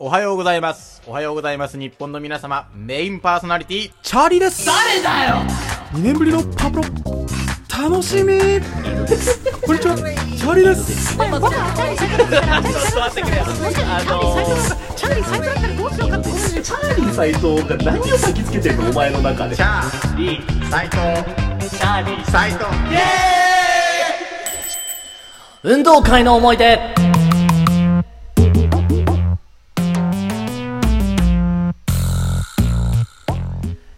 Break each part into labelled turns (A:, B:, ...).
A: おはようございます。おはようございます。日本の皆様、メインパーソナリティ、
B: チャーリーです
A: 誰だよ
B: !2 年ぶりのパブロ、楽しみこんにちは、チャーリーです
C: 斎藤が何を先つけてるのお前の中で
A: チャーリー、斎藤。チャーリー、斎藤。
D: 運動会の思い出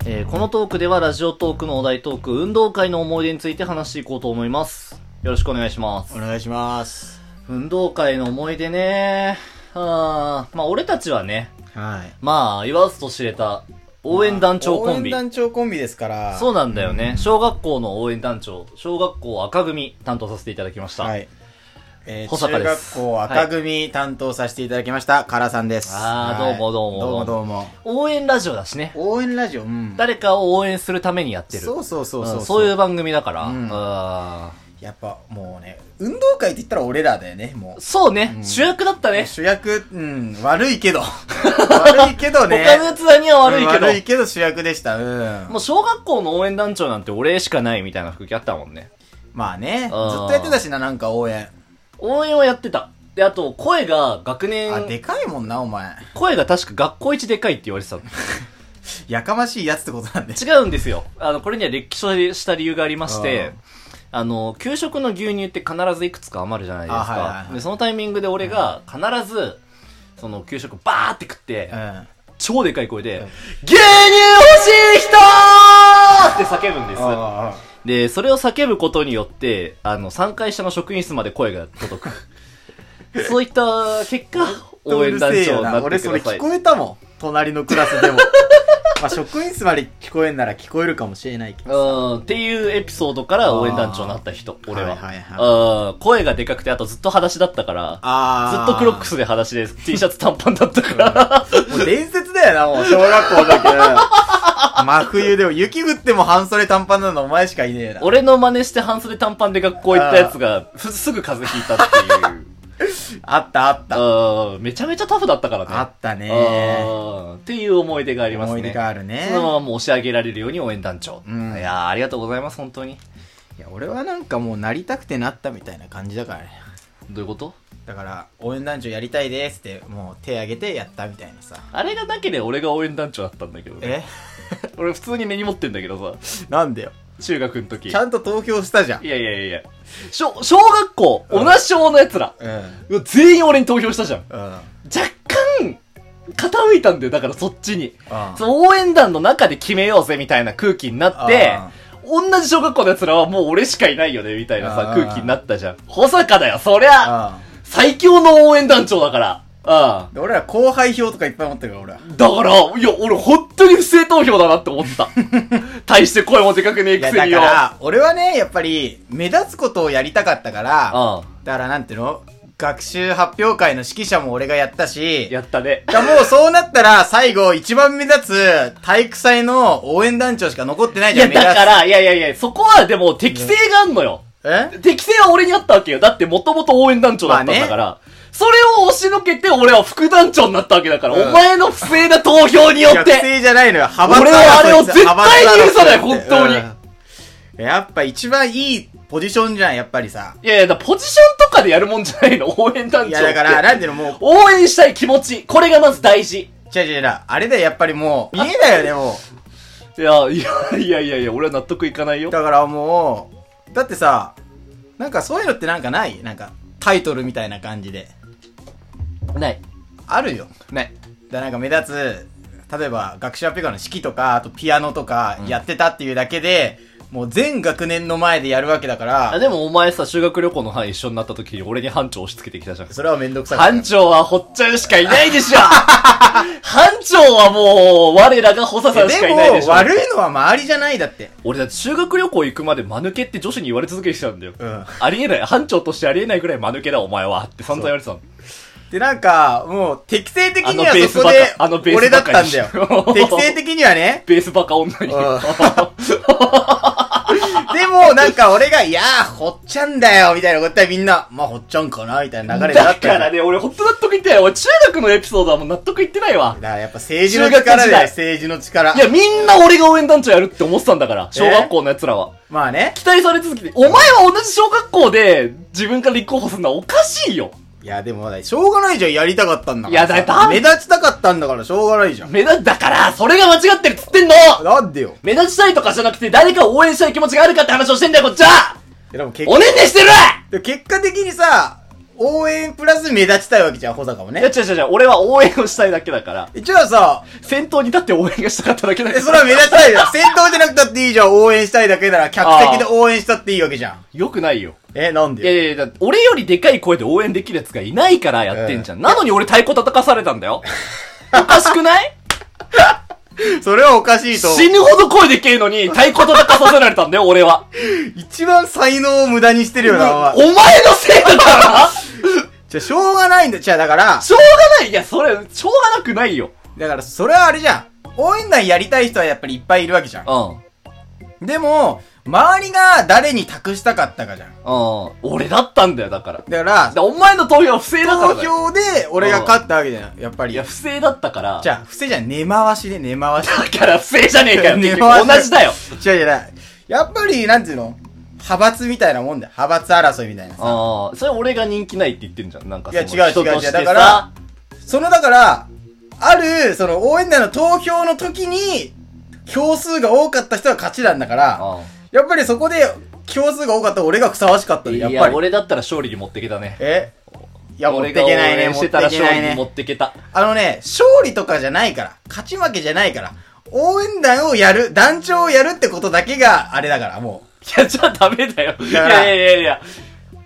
D: えーこのトークではラジオトークのお題トーク、運動会の思い出について話していこうと思います。よろしくお願いします
A: お。願いします。
D: 運動会の思い出ね。あーまあ俺たちはね、
A: はい。
D: まあ言わずと知れた応援団長コンビ
A: 応援。団長コンビですから。
D: そう
A: う
D: なんだよね。小学校の応援団長、小学校赤組担当させていただきました。
A: はい。えー、
D: 保坂
A: 中
D: です
A: 学校赤組担当させていただきました、カラさんです。
D: あー
A: はい
D: どうもどうも
A: どうもどうも。
D: 応援ラジオだしね。
A: 応援ラジオ、うん。
D: 誰かを応援するためにやってる。
A: そうそうそうそう。
D: んそういう番組だから。
A: うん
D: あ
A: やっぱもうね、運動会って言ったら俺らだよね、も
D: ーそうね、
A: うん
D: 主役だったね。
A: 主役、うん、悪いけ ど。悪いけどね。
D: 他のやつらには悪いけど。
A: 悪いけど主役でした。うん
D: も。う小学校の応援団長なんて俺しかないみたいな服着あったもんね。
A: まあね、ずっ
D: あー
A: とやってたしな、なんか応援。
D: 応援をやってた。で、あと、声が学
A: あ、で
D: 年、
A: かいもんな、お前。
D: 声が確か学校一でかいって言われてたの。
A: やかましいやつってことなんで。
D: 違うんですよ。あの、これには歴史した理由がありまして、あの、給食の牛乳って必ずいくつか余るじゃないです
A: あ
D: か。
A: はいはいはい
D: で、そのタイミングで俺が必ず、その給食バーって食って、
A: うん。
D: 超でかい声で、牛乳欲しい人ーって叫ぶんです。
A: あ
D: で、それを叫ぶことによって、あの、3階下の職員室まで声が届く。 そういった結果、
A: ー
D: 応援団長になって
A: 俺
D: く
A: そ
D: だ
A: れ
D: さ
A: 聞
D: い。
A: こえたもん。隣のクラスでも。 まあ、職員室まで聞こえんなら聞こえるかもしれないけど。
D: うん、っていうエピソードから応援団長になった人、俺は。
A: はいはい
D: うん、声がでかくて、あとずっと裸足だったから、ず
A: あ
D: っとクロックスで裸足です。T シャツ短パンだったから。
A: もう伝説だよな、もう。小学校だけど。 真冬でも、雪降っても半袖短パンなのお前しかいねえな。
D: 俺の真似して半袖短パンで学校行ったやつが、ふすぐ風邪ひいたっていう。
A: あったあった。
D: うん、めちゃめちゃタフだったからね。
A: あったね
D: うんっていう思い出がありますね。
A: 思い出があるね
D: そのままもう押し上げられるように応援団長。
A: うん
D: いやーありがとうございます、本当に。
A: いや、俺はなんかもうなりたくてなったみたいな感じだからね。
D: どういうこと
A: だから、応援団長やりたいですって、もう手挙げてやったみたいなさ。
D: あれがなければ俺が応援団長だったんだけどね。
A: え
D: 俺普通に根に持ってんだけどさ、
A: なんでよ。
D: 中学の時。
A: ちゃんと投票したじゃん
D: い。やいやいやいや。小、小学校、同じ小の奴ら。
A: うん。
D: うわ全員俺に投票したじゃん。
A: うん。
D: 若干、傾いたんだよ、だからそっちに。
A: あ
D: その応援団の中で決めようぜみたいな空気になって、同じ小学校の奴らはもう俺しかいないよねみたいなさ
A: あー
D: 空気になったじゃん。保坂だよ、そりゃ
A: あ
D: 最強の応援団長だから。う
A: で俺ら後輩票とかいっぱい持ってるから、俺は。
D: ん。だから、いや、俺本当に不正投票だなって思った。 大して声もでかくねえ
A: い
D: く
A: や、
D: せ
A: だか
D: によ。
A: ら、俺はね、やっぱり、目立つことをやりたかったから、
D: うん。
A: だからなんていうの学習発表会の指揮者も俺がやったし、
D: やったね。
A: だからもうそうなったら最後一番目立つ体育祭の応援団長しか残ってない
D: い
A: じゃ
D: や、
A: ん、目立
D: だ
A: つ
D: から、いやいやいや、そこはでも適性があんのよ。
A: え
D: 適性は俺にあったわけよ。だってもともと応援団長だったんだから。それを押しのけて俺は副団長になったわけだから、
A: うん
D: お前の不正な投票によっ
A: 学
D: て
A: 生じゃないのよ、派閥
D: 俺はあれを絶対に許さない
A: 派閥
D: 本当に
A: だろうんやっぱ一番いいポジションじゃん、やっぱりさ。
D: いやいや、だからポジションとかでやるもんじゃないの、 応援団長って。
A: いやだから、なんていうのもう、
D: 応援したい気持ち、これがまず大事。
A: 違う違う違う、あれだよ、やっぱりもう、見えだよね、も。
D: いや、いや、いやいやいや、俺は納得いかないうよ。
A: だからもう、だってさ、なんかそういうのってなんかないなんか、タイトルみたいな感じで。
D: ない。
A: あるよ。
D: ない。
A: だからなんか目立つ、例えば学習アピカの式とか、あとピアノとかやってたっていうだけで、もう全学年の前でやるわけだか
D: あ、
A: ら、
D: でもお前さ、修学旅行の班一緒になった時に俺に班長押し付けてきたじゃん。
A: それはめんどくさかった
D: 班長はほっちゃんしかいないでしょ 班長はもう、我らが補佐さんしかいないで
A: で
D: し
A: も、
D: ょ
A: 悪いのは周りじゃないだって。
D: 俺だって修学旅行行くまで間抜けって女子に言われ続けてたんだよ。
A: うん
D: ありえない。班長としてありえないぐらい間抜けだお前は。って散々言われてたの。
A: で、なんか、もう、適正的に
D: あのベー
A: は
D: ス
A: そこで、
D: バカあのベース
A: 俺だ
D: バ
A: っ
D: カ
A: た
D: に
A: ん
D: し
A: だよ
D: ろ。
A: 適正的にはね、
D: ベースバカ女
A: う
D: に。
A: んでも、なんか俺が、いやー、ほっちゃんだよ、みたいなこと言ったらみんな、まあ、ほっちゃんかな、みたいな流れだ
D: だ
A: ったよ
D: からね、俺ほんと納得いってない。俺中学のエピソードはもう納得いってないわ
A: だ。からやっぱ政治の力
D: 中学時
A: だよ、
D: 代
A: 政治の力
D: い。や、みんな俺が応援団長やるって思ってたんだから、小学校の奴らは。
A: まあね。
D: 期待され続けて、お前は同じ小学校で自分から立候補するのはおかしいよ。
A: いや、でも、しょうがないじゃん、やりたかったんだから。
D: いやだだ
A: 目立ちたかったんだから、しょうがないじゃん。
D: 目立だから、それが間違ってるっつってんの
A: なんでよ。
D: 目立ちたいとかじゃなくて、誰かを応援したい気持ちがあるかって話をしてんだよ、こっちは
A: でも結
D: おねんねしてる
A: でも結果的にさ、応援プラス目立ちたいわけじゃん、保坂も
D: いや、
A: ね。
D: 違う違う違う、俺は応援をしたいだけだから。
A: じゃあさ、
D: 先頭に立って応援がしたかっただけだ
A: え
D: か
A: それは
D: ら。
A: 目立ちたいじゃん。先頭じゃなくたっていいじゃん、応援したいだけなら、客席で応援したっていいわけじゃん。
D: よくないよ。
A: え、なんで
D: いや
A: よ
D: いやいや、だって俺よりでかい声で応援できる奴がいないからやってんじゃん。なのに俺太鼓叩かされたん だよ。おかしくない
A: それはおかしいと思う。
D: 死ぬほど声でけえのに太鼓叩かさせられたんだよ、俺は。
A: 一番才能を無駄にしてるよな、お前
D: お。前のせいだから な
A: じゃあ、しょうがないんだ。じゃあ、だから、
D: しょうがない。いや、それ、しょうがなくないよ。
A: だから、それはあれじゃん。応援団やりたい人はやっぱりいっぱいいるわけじゃん
D: う。ん。うん。
A: でも、周りが誰に託したかったかじゃん。
D: 俺だったんだよ、だから。
A: だから、
D: だお前の投票は不正だから
A: 投
D: だよ。
A: 票で俺が勝ったわけじゃん。やっぱり。
D: いや、不正だったから。
A: じ
D: ゃ
A: ゃあ、伏せじゃん。根回しで根回し。
D: だから不正じゃねえ かよ。
A: 根
D: 結
A: 回し
D: 局同じだよ。
A: 違う違う違う。やっぱり、なんていうの派閥みたいなもんだよ。派閥争いみたいなさ。
D: ああ、それ俺が人気ないって言ってんじゃん。なんか
A: いや
D: その
A: 違う
D: 人
A: 違う
D: として
A: 違うだからその、だから、ある、その、応援団の投票の時に、票数が多かった人が勝ちなんだから、
D: さ
A: やっぱりそこで、票数が多かった俺がふさわしかった
D: う
A: ね
D: ん。い
A: やっ
D: や、
A: ぱり。
D: 俺だったら勝利に持ってけたね。
A: えいや、持っ
D: 俺
A: て
D: が
A: けないね、
D: 応援
A: 持っ
D: し
A: てて
D: たら
A: けな
D: 勝
A: い
D: 利に持
A: ね。
D: ってけた。
A: あのね、勝利とかじゃないから、勝ち負けじゃないから、応援団をやる、団長をやるってことだけが、あれだから、もう。
D: いや、じゃあダメだよ。い
A: か
D: や
A: ら
D: いやいやいや。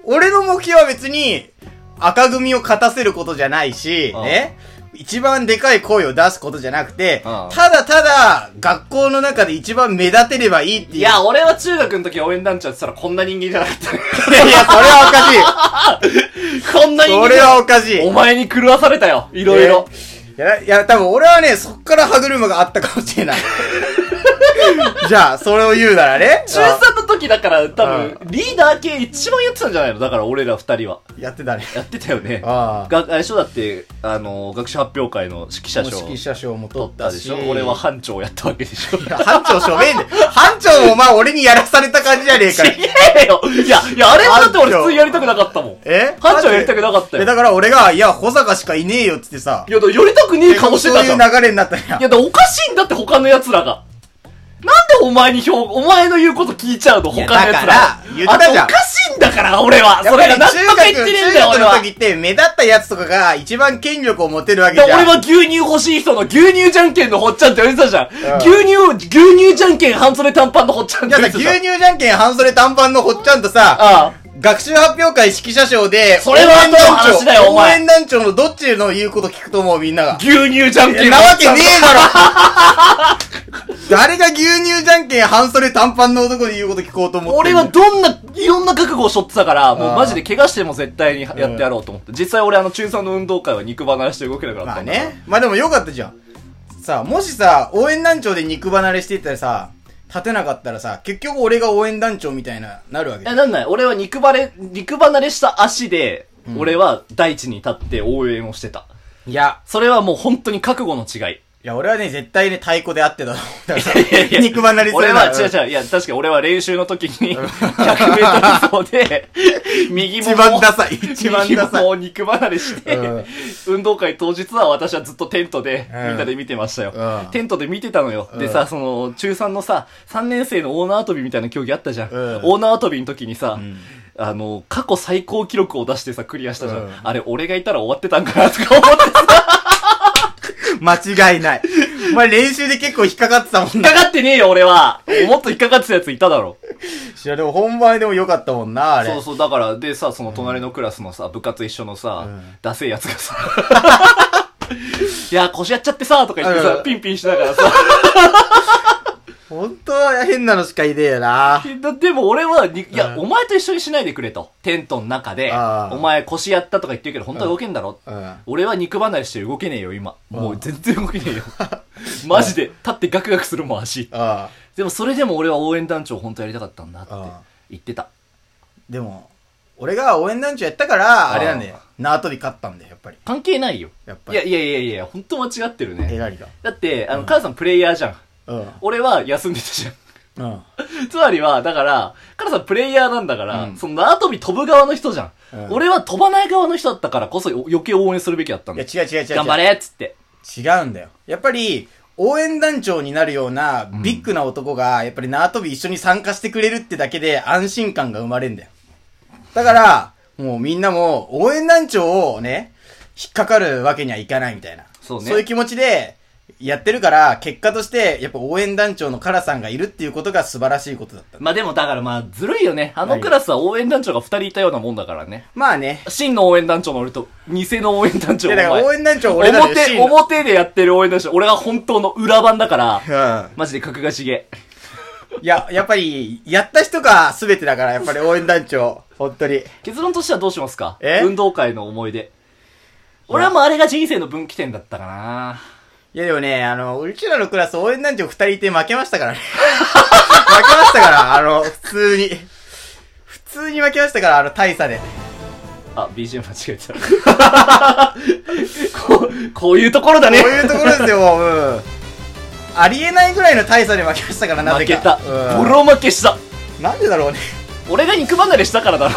A: 俺の目標は別に、赤組を勝たせることじゃないし、
D: うん
A: ね。一番でかい声を出すことじゃなくて、
D: うん
A: ただただ、学校の中で一番目立てればいい っていう。
D: いや、俺は中学の時応援団長って言ったらこんな人間じゃなか
A: い
D: っ
A: や、いやそれはおか
D: た。 こんな
A: しい。
D: 人
A: そ
D: 間じ
A: れ
D: ゃなか
A: はおかしい。
D: った。お前に狂わされたよ。いろいろ。
A: いや、いや、多分俺はね、そっから歯車があったかもしれ ない。じゃあ、それを言うならね。
D: 中3の時だから多分、
A: う
D: リーダー系一番やってたんじゃないのだから俺ら二人は。
A: やってたね。
D: やってたよね。
A: ああ。
D: が、あれでしょだって、あの、学習発表会の指揮者
A: もう
D: 賞
A: 指揮
D: 取
A: 者賞も取っ
D: ったた
A: し。
D: でしょ俺は班長やったわけでしょ
A: いや班長署名で。班長もお前俺にやらされた感じじゃねえかよ。
D: ええよいや、いや、あれはだって俺普通にやりたくなかったもん。
A: え
D: 班長やりたくなかった
A: え、
D: よ。
A: だから俺が、いや、保坂しかいねえよっつってさ
D: い、や、だからやりたくねえ顔してたじゃん。い
A: そ
D: や、
A: ういう流れになったんや。
D: だからおかしいんだって他の奴らが。なんでお前に票、お前の言うこと聞いちゃうの
A: いや
D: 他の
A: だか
D: 奴ら
A: ら。言ったじゃん
D: あれおかしいんだから、俺は。
A: やっ
D: そ
A: ぱ
D: れ
A: り
D: が納得いってねえんだよ、
A: 中
D: 俺
A: 学
D: は
A: の。時って目立ったやつとかが一番権力を持てるわけじ
D: で
A: ゃん。
D: 俺は牛乳欲しい人の牛乳じゃんけんのほっちゃんって言われてたじゃん。
A: ん
D: 牛乳、牛乳じゃんけん半袖短パンのほっちゃん
A: い
D: って
A: や
D: 言わ
A: さ、
D: れ
A: 牛
D: てたじゃん。
A: 乳じゃんけん半袖短パンのほっちゃんとさ、
D: ああ。
A: 学習発表会指揮者賞で、
D: それは後の話だよお
A: 応
D: 前
A: 援団長のどっちの言うこと聞くと思うみんなが。
D: 牛乳じゃんけん
A: なわけねえだろ誰が牛乳じゃんけん半袖短パンの男で言うこと聞こうと思ってん
D: 俺
A: の。
D: はどんな、いろんな覚悟をしょってたから、も
A: あ
D: う
A: あ
D: マジで怪我しても絶対にやってやろうと思って。実際俺あの中3の運動会は肉離れして動けなくなっ
A: ま
D: た
A: あ
D: んだから。
A: ね。まあでもよかったじゃん。さあ、もしさ、応援団長で肉離れしていったらさ、立てなかったらさ、結局俺が応援団長みたいな、なるわけ
D: い
A: じゃ
D: や、
A: ん。
D: なんない。俺は肉離れ、肉離れした足で、俺は大地に立って応援をしてた。
A: いや、
D: それはもう本当に覚悟の違い。
A: いや俺はね、絶対ね、太鼓であってたと思うだから
D: いやいや
A: 肉離れする
D: 俺
A: な
D: は、
A: ら
D: 違う
A: うん。
D: 違う。いや、確かに俺は練習の時に、100メートル走 で、右もも
A: 一番ダサい。一番ダサ
D: 右
A: い。
D: もも肉離れして、
A: うん
D: 運動会当日は私はずっとテントで、
A: うん
D: みんなで見てましたよ、
A: うん
D: テントで見てたのよ。
A: う
D: で
A: ん
D: さ、その、中3のさ、3年生のオーナー跳びみたいな競技あったじゃん。
A: うん
D: オーナー跳びの時にさ、
A: ん
D: あの、過去最高記録を出してさ、クリアしたじゃん。
A: うん
D: あれ、俺がいたら終わってたんかなとか思ってさ、
A: 間違いない。お前練習で結構引っかかってたもん
D: 引っ
A: な。
D: かかってねえよ、俺は。もっと引っかかってたやついただろ。
A: いや、でも本番でもよかったもんな、あれ。
D: そうそう、だから、でさ、その隣のクラスのさ、部活一緒のさ、ダセえやつ がさ、いや、腰やっちゃってさ、とか言って
A: う
D: さ
A: ん、
D: ピンピンしながらさ、
A: 本当は変なのしかいねえよな。
D: だでも俺はに、いや、
A: うん
D: お前と一緒にしないでくれと。テントの中で
A: あ、あ
D: お前腰やったとか言ってるけど、本当は動けんだろ。
A: うん。
D: 俺は肉離れして動けねえよ、今。もう全然動けねえよ。マジで。立ってガクガクするもん、足。
A: あ
D: でもそれでも俺は応援団長本当やりたかったんだって言ってた。
A: あ。でも、俺が応援団長やったから、あれなんだよ。縄跳び勝ったんだよ、やっぱり。
D: 関係ないよ。
A: やっぱ
D: い
A: り。
D: やいやいやいや、本当間違ってる
A: え
D: ね。
A: らりが。
D: だって、あの、母さんプレイヤーじゃん。
A: うん。
D: 俺は休んでたじゃん。
A: うん。
D: つまりは、だから、カラさんプレイヤーなんだから、
A: うん
D: その縄跳び飛ぶ側の人じゃん,、
A: うん
D: 俺は飛ばない側の人だったからこそ余計応援するべきだったん
A: い
D: だ
A: や、。違う違う違う違う。
D: 頑張れっつって。
A: 違うんだよ。やっぱり、応援団長になるようなビッグな男が、やっぱり縄跳び一緒に参加してくれるってだけで安心感が生まれんだよ。だから、もうみんなも応援団長をね、引っかかるわけにはいかないみたいな。
D: そうね
A: いう気持ちで、やってるから、結果として、やっぱ応援団長のカラさんがいるっていうことが素晴らしいことだった。
D: まあでもだからまあずるいよね。あのクラスは応援団長が二人いたようなもんだからね。
A: まあね。
D: 真の応援団長の俺と、偽の応援団長
A: いや、だから応
D: お前
A: 援団長俺らで
D: 表、表でやってる応援団長。俺は本当の裏番 だから、
A: うん。
D: マジで格がしげ。
A: いや、やっぱり、やった人が全てだから、やっぱり応援団長。本当に。
D: 結論としてはどうしますか
A: え
D: 運動会の思い出。俺はもうあれが人生の分岐点だったかな。
A: いやでもね、あの、うちらのクラス応援団長二人いて負けましたからね。負けましたから、あの、普通に。普通に負けましたから、あの、大差で。
D: あ、BGM 間違えた。 こう、こういうところだね
A: こう。いうところですよ、もう。うん。ありえないぐらいの大差で負けましたから、な
D: 負
A: ぜ
D: け
A: か。
D: た。ボ
A: うん。
D: ロ負けした。
A: なんでだろうね。
D: 俺が肉離れしたからだ ろ。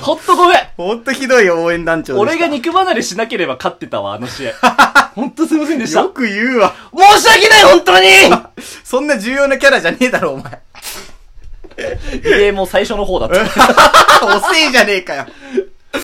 D: ほっとごめん。
A: ほんとひどい応援団長で
D: 俺
A: し
D: が
A: た。
D: 肉離れしなければ勝ってたわ、あの 試合。ほんとすいませんでした。
A: よく言うわ。
D: 申し訳ない、本当 に
A: そんな重要なキャラじゃねえだろ、お前。
D: リレーも最初の方だった。
A: 遅えじゃねえかよ。